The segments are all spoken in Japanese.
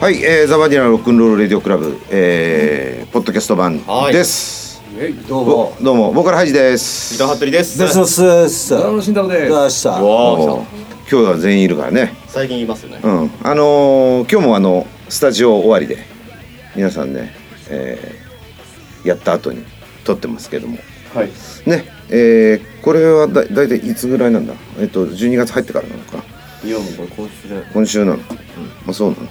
はい、えー、ザ・バディラのロックンロール・レディオ・クラブ、えー、ポッドキャスト版はいです、どうおも。どうもボーカルハイジです伊藤服部ですですですです。どうも慎太郎ですどうしたうわーもう今日は全員いるからね最近いますよねうんあのー、今日もあのスタジオ終わりで皆さんね、えー、やった後に撮ってますけどもはい。ねえー、これはだだいたいいつぐらいなんだえっ、と12月入ってからなのかいやもうこれ今週じゃない今週なのか、あそうなの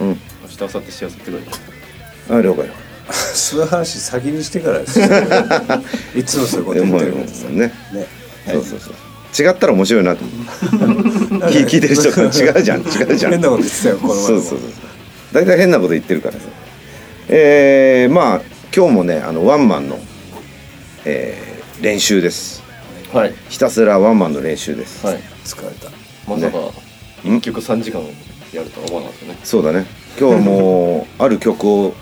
うん、明日明後日しあさってぐらいあ了解その話先にして からです。いつもそういうこと言もっうてるんですよね。ねそうそうそう違ったら面白い なと思う聞聞いてる人と違うじゃん違うじゃん 変なこと言ってたよこの前もそうそうそう大体変なこと言ってるからさえー、まあ今日もねあのワンマンの、えー練習ですはいひたすらワンマンの練習です、はい疲れた。まさかうん一曲三時間やるとは思わなかったねそうだね今日は もうある曲を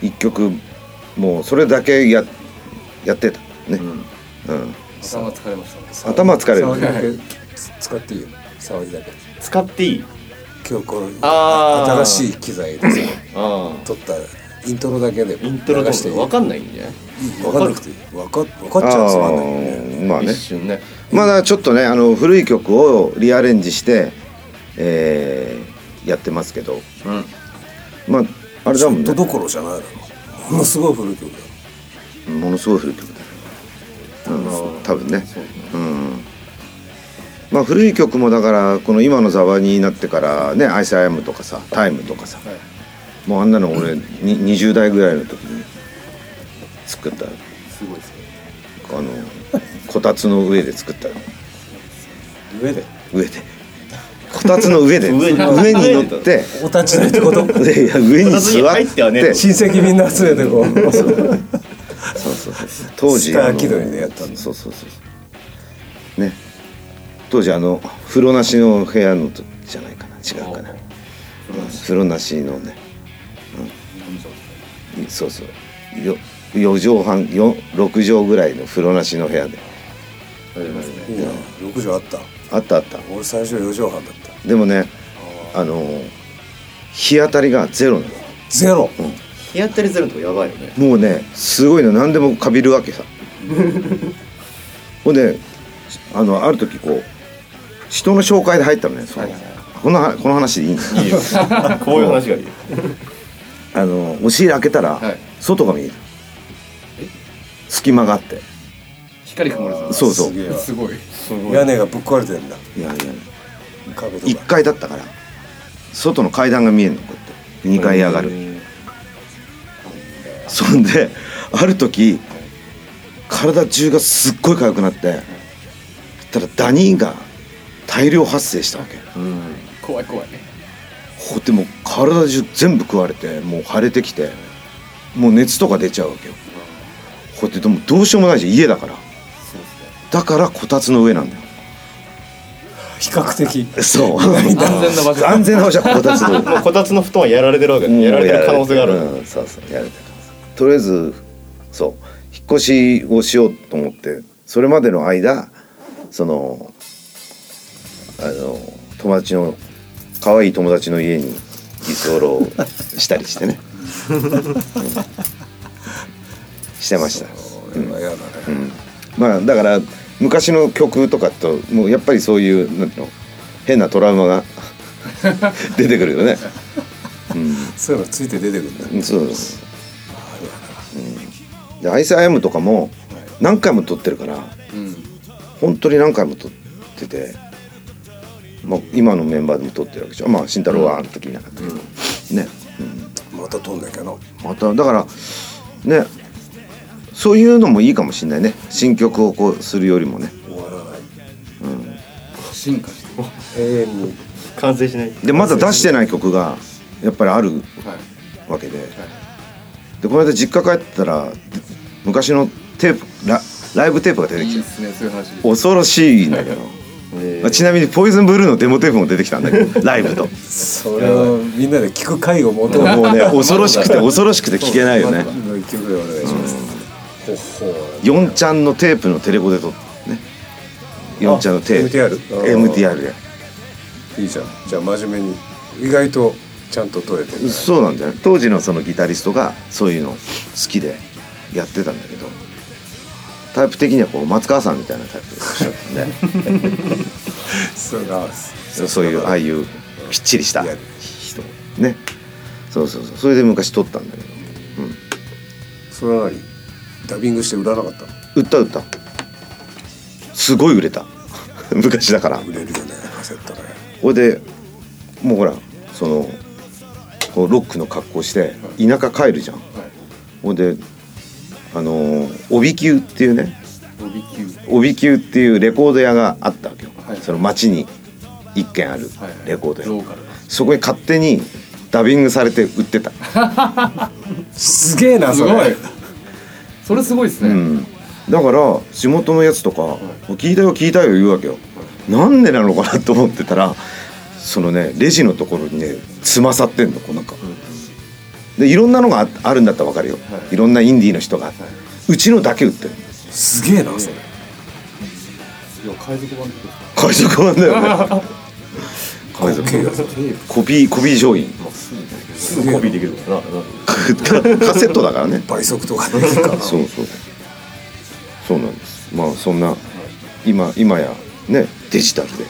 一曲もうそれだけややってたね、うん、頭疲れましたね。頭疲れる触りだけ使っていいよ。触りだけ。使っていい今日このあー新しい機材でさあ撮ったイントロだけであイントロ流としていい。かわかんないんじゃないわかんなくていい。わかわかっちゃうつまんないもんね。あーまあね一瞬ねまだちょっとねあの古い曲をリアレンジして、えーやってますけどうんまああれだもんちねょっとどころじゃないだろ。ものすごい古い曲だよ。ものすごい古い曲だよ、うん多分ねそうねうんまあ古い曲もだからこの今の「ザワになってからね「アイス・アイム」とかさ「タイム」とかさ、もうあんなの俺に20代ぐらいの時に作ったすごいですねあのこたつの上で作った上で。上でこたつの上で上上にに乗ってお立ち台ってこといや上にこたつに座っ入ってはねえてと親戚みんな集めてこう。そうそうそう当時スターあの気取りでやったんだそうそうそうそうね当時あの風呂なしの部屋のとじゃないかな違うかな風呂なしのね、うん、そうそうよ4畳半よ6畳ぐらいの風呂なしの部屋でありがとうございますいいな。六畳あった。あったあった俺最初四畳半だった。でもねあの日当たりがゼロなのゼロ。日当たりゼロのとこやばいよねもうねすごいの何でもかびるわけさほんであのある時こう人の紹介で入ったのねその、このこの話でいいんですいいよ こういう話がいいよあの押し入れ開けたら、はい外が見える隙間があって光曇るぞ。そうそうすげえわすごい。すごい屋根がぶっ壊れてんだ。いやいや壁と1か。階だったから外の階段が見えるのこうやって2階上がる、そんである時体中がすっごい痒くなってそしたらダニが大量発生したわけうん怖い怖い。ほってもう体中全部食われてもう腫れてきてもう熱とか出ちゃうわけよほってでもどうしようもないし家だからそうですねだからこたつの上なんだよ比較的。 そう安全な場所。安全な場所はこたつの上もうこたつの布団はやられてるわけねやられてる可能性があるうんそうそうやられてる可能性とりあえずそう引っ越しをしようと思ってそれまでの間そのあの友達の可愛い友達の家に居候したりしてね、うんしてました俺は嫌だね。まあだから昔の曲とかともうやっぱりそういうなんていうの変なトラウマが 出てくるよね、そういうのついて出てくるんだ。うん、そうですで「アイスアイム」とかも何回も撮ってるからうん。本当に何回も撮ってて、まあ、今のメンバーでも撮ってるわけでしょまあ慎太郎はあの時いなかったけど、ね、また飛んだけど。まただからねそういうのもいいかもしれないね新曲をこうするよりもね終わらない。進化してる。は永遠に。完成しないでまだ出してない曲がやっぱりあるい。わけででこの間実家帰ってたら昔のテープラライブテープが出ていきいてですねそういう話。恐ろしい んだけど、えまあちなみに「ポイズンブルーのデモテープも出てきたんだけ どライブと。それをみんなで聞く会を求めもう ね恐ろしくて恐ろしくて聞けないよねの一曲でお願いします。ほっほー。 4ちゃんのテープのテレコで撮ってね4ちゃんのテープ MTR あー MTR でいいじゃん。じゃあ真面目に。意外とちゃんと取れてるからそうなんだよね当時のそのギタリストがそういうの好きでやってたんだけどタイプ的にはこう松川さんみたいなタイプでしたね そうだそういうああいうきっちりしたいや人ねそうそうそうそれで昔撮ったんだけど、それは何ダビングして売らなかったのうん、売った売ったすごい売れた 昔だから売れるよねカセットねこれでもうほらそのこうロックの格好して田舎帰るじゃんほんであのー帯級っていうね帯級帯級っていうレコード屋があったわけよ、はいその町に一軒あるはいはいレコード屋、ローカルなそこに勝手にダビングされて売ってた、すげえなすそれごいそれすごいですうねん、だから地元のやつとか「聞いたよ聞いたよ」言うわけよ、なんでなのかなと思ってたらそのねレジのところにねつまさってんのこうなんか、でいろんなのがああるんだったらわかるよ、、はいろんなインディーの人が、うちのだけ売ってるすげえなそれいや海賊版ってこと海賊版だよね海賊版ですかテープコピーコピー商 品すげえなコピーできるからななんかカカセットだからね倍速とかできるからそうそうそうなんですまあそんな今今やねデジタルで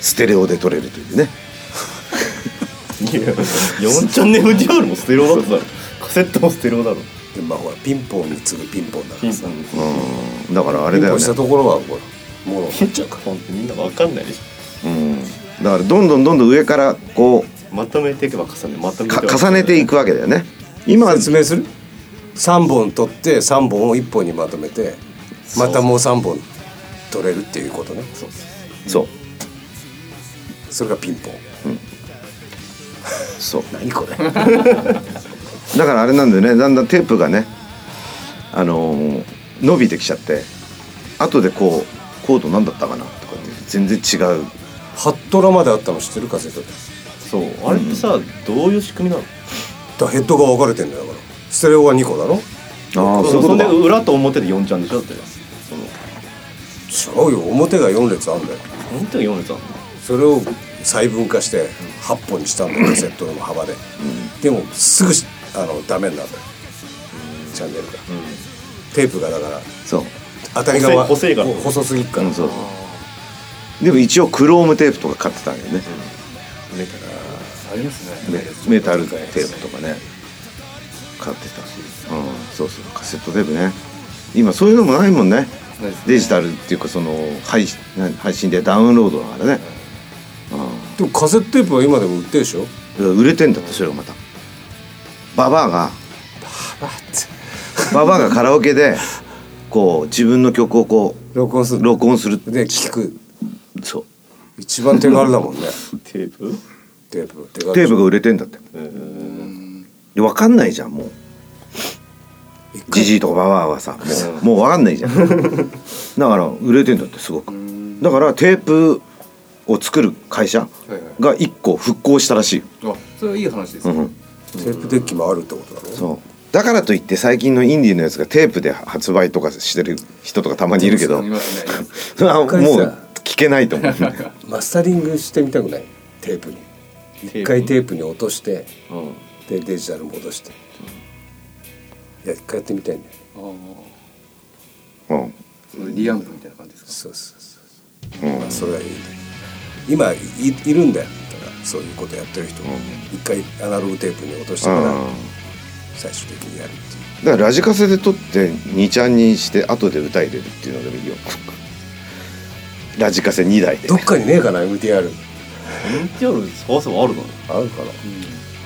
ステレオで撮れるというねいや4チャンネル DR もステレオだっただろカセットもステレオだろでまあほらピンポンに次ぐピンポンだかピらンさポンですうんだからああれだよしたねところはほらもろになっちゃうかポンってみんなわかんないでしうんだからどんどんどんどん上からこょまとめていけば重ねまとうめか重ねていくくわけだよね今は説明する3本取って3本を1本にまとめてまたもう3本取れるっていうことねそうですそうそれがピンポンそう何これだからあれなんだよねだんだんテープがねあのー伸びてきちゃって後でこうコード何だったかなとかって全然違うハットラまであったの知ってるカセットでそうあれってさどういう仕組みなのだヘッドが分かれてんだよだからステレオが2個だろああそういうことんでか裏と表で4ちゃんでしょってその違うよ表が4列あんだよ表が4列あんのそれを細分化して8本にしたん だよカセットの幅で、でもすぐしあのダメになるんだよ、チャンネルがテープがだからそう当たりがわ細い細いからほ細すぎっから、うんそうそうでも一応クロームテープとか買ってたんだよねメタルありますねメメタルテープとかね買ってたし、うん、そうそうカセットテープね今そういうのもないもんねないですねデジタルっていうかその配信何配信でダウンロードだからね、うでもカセットテープは今でも売ってるでしょん、売れてんだってそれがまたババアがババアがカラオケでこう自分の曲をこ録音すうる録音するってで聞くそう一番手軽だもん ねテープテープ手軽テープが売れてんだってうーんで分かんないじゃんもう一回ジジイとかババアはさもうもう分かんないじゃ んだから売れてんだってすごくだからテープを作る会社はいはいが1個復興したらしいよ、あそれはいい話ですうねん、テープデッキもあるってことだろそうだからといって最近のインディーのやつがテープで発売とかしてる人とかたまにいるけどありますねありますそれはもうかりさ聞けないと思うマスタリングしてみたくないテープに一回テープに落としてうんでデジタル戻して、いや一回やってみたいんだよねあーうんそれリアンプみたいな感じですそうそうそう、うんまあそれはいいね今いいるんだよだからそういうことやってる人も、一回アナログテープに落としてからうん最終的にやるっていうだからラジカセで撮って2ちゃんにして後で歌入れるっていうのでもいいよラジカセ2台でどっかにねえかな MTR 4 t そもそもあるのあるかな、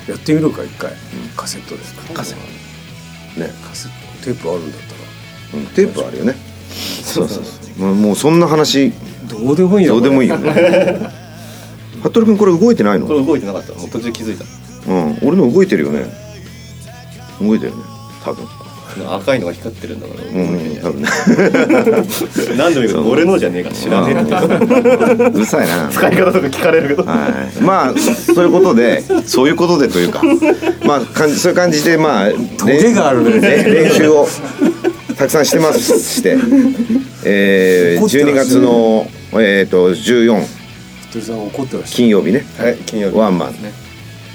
やってみるか一回、カセットですカセッねカセットテープあるんだったうんテープあるよね。そうそうそう。もうもうそんな話らどうでもいいよどうでもいいよよね。服部君これ動いてないの？こうれ動いてなかったもう途中気づいたん。俺の動いてるよね。動いてるね。多分。赤いのが光ってるんだから、うんうん多分ね。何でもいいけど俺のじゃねえか知らねえってうんうるさいな。使い方とか聞かれるけどはい。まあそういうことでそういうことでというか、まあ感じそういう感じでまあトゲがあるねれ練習をたくさんしてますして、えー、怒ってら12っしゃる月のえっ、と14服部さん怒ってらっしゃる金曜日ね。はい金曜日ワンマンね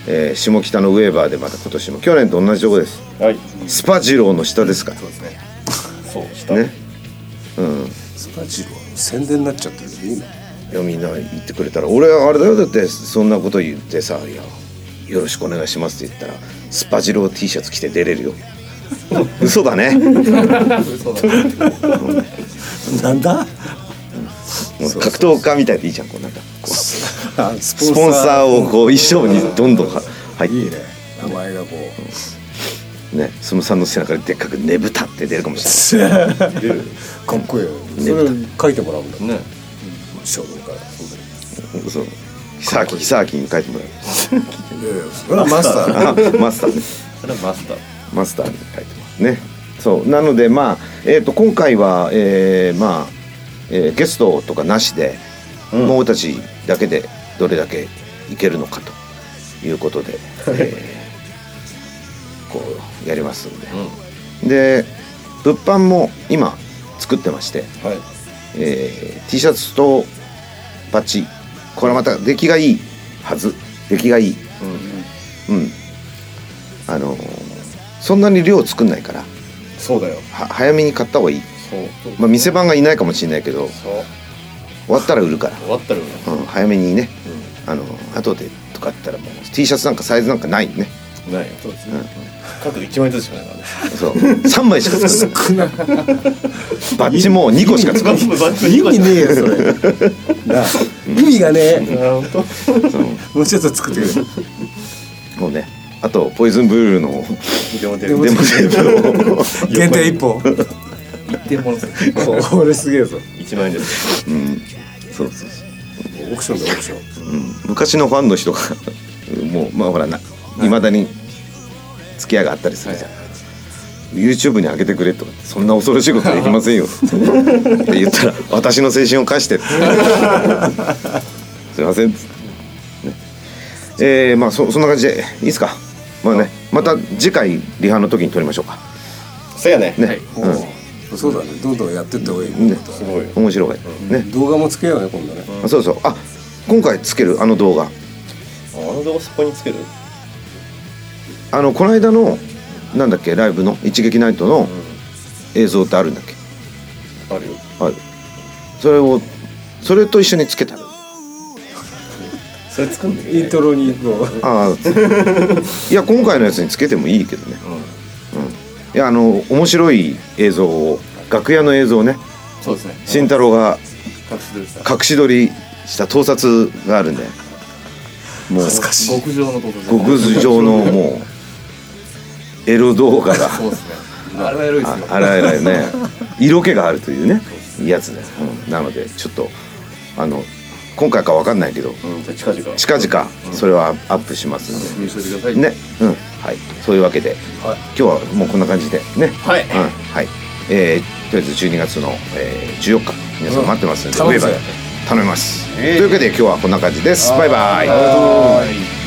えー下北のウェーバーでまた今年も去年と同じとこですはいスパジローの下ですからそうですねそうした、ねうんスパジロー宣伝になっちゃってるけどいいのいやみんな言ってくれたら俺あれだよだってそんなこと言ってさ「いやよろしくお願いします」って言ったらスパジロー T シャツ着て出れるよ嘘だねそうだねなんだもう格闘家みたいでいいじゃんこうなんかこうススポンサーをこう衣装にどんどんは入っていいねね名前がこそのさんの背中にでっかく「ねぶた」って出るかもしう出る かっこいいよそれ書いてもらうんだね将軍からそんなにれないそう久明久明に書いてもらいやいやそれはマスターだうあマスターねそれはマスターマスターに書いてますね。そうなのでまあ、えー、と今回は、えーまあえーゲストとかなしで、うんもう俺たちだけでどれだけいけるのかということで、えーこうやりますんで、で物販も今作ってまして、はいえー T シャツとパッチこれまた出来がいいはず出来がいいうんあのーそんなに量作んないからそうだよは早めに買った方がいい、そうまあ、店番がいないかもしれないけどそう終わったら売るか終わったらねら、うん、早めにね、あのー後でとか言ったらもう T シャツなんかサイズなんかないねないよそうですね各一枚ずつしかない からねそう3枚しか作んないバ少ないッジも2個しか作ん ない意味ねえよそれなあ意味がね えあ本もうちょっと 作ってくもうねあとポイズンブルーの当両手れでもデモテープを、れ限定一本一点物ですねこれすげえぞ一万円ですうん、そうそうそうオークションだよオークション昔のファンの人が もうまあほらないまだに付き合いがあったりするじゃん、YouTube に上げてくれとかそんな恐ろしいことできま せんよって言ったら「私の青春を貸 して」すいません」ねえー、まあそそんな感じでいいですかまあねまた次回リハの時に撮りましょうかそうやねね、はいうんおうそうだねどんどんやってった方がいいねすごいよ面白い、ね動画もつけようね今度ねあそうそうあ今回つけるあの動画あの動画そこにつけるあのこの間のなんだっけライブの一撃ナイトの映像ってあるんだっけあるよあるそれをそれと一緒につけたらそれ作んだけイントロにこう ああいや今回のやつにつけてもいいけどね、うん、いやあの面白い映像を楽屋の映像をねそうですね慎太郎が隠し撮りした隠し撮りした盗撮があるんでもう恥ずかしい極上のことですね極上のもうエロ動画がそうですねあれはエロいであすよあらゆるね色気があるというねやつです、うんなのでちょっとあの今回かわかんないけどうんじゃあ近々近々それはアップします入手してくださんいでねうんはいそういうわけで、はい今日はもうこんな感じでねはいうんはいえーとりあえず12月の、えー14日皆さん待ってますんで、うんウェーバーで頼むぜ頼みます、というわけで今日はこんな感じですバイバイはい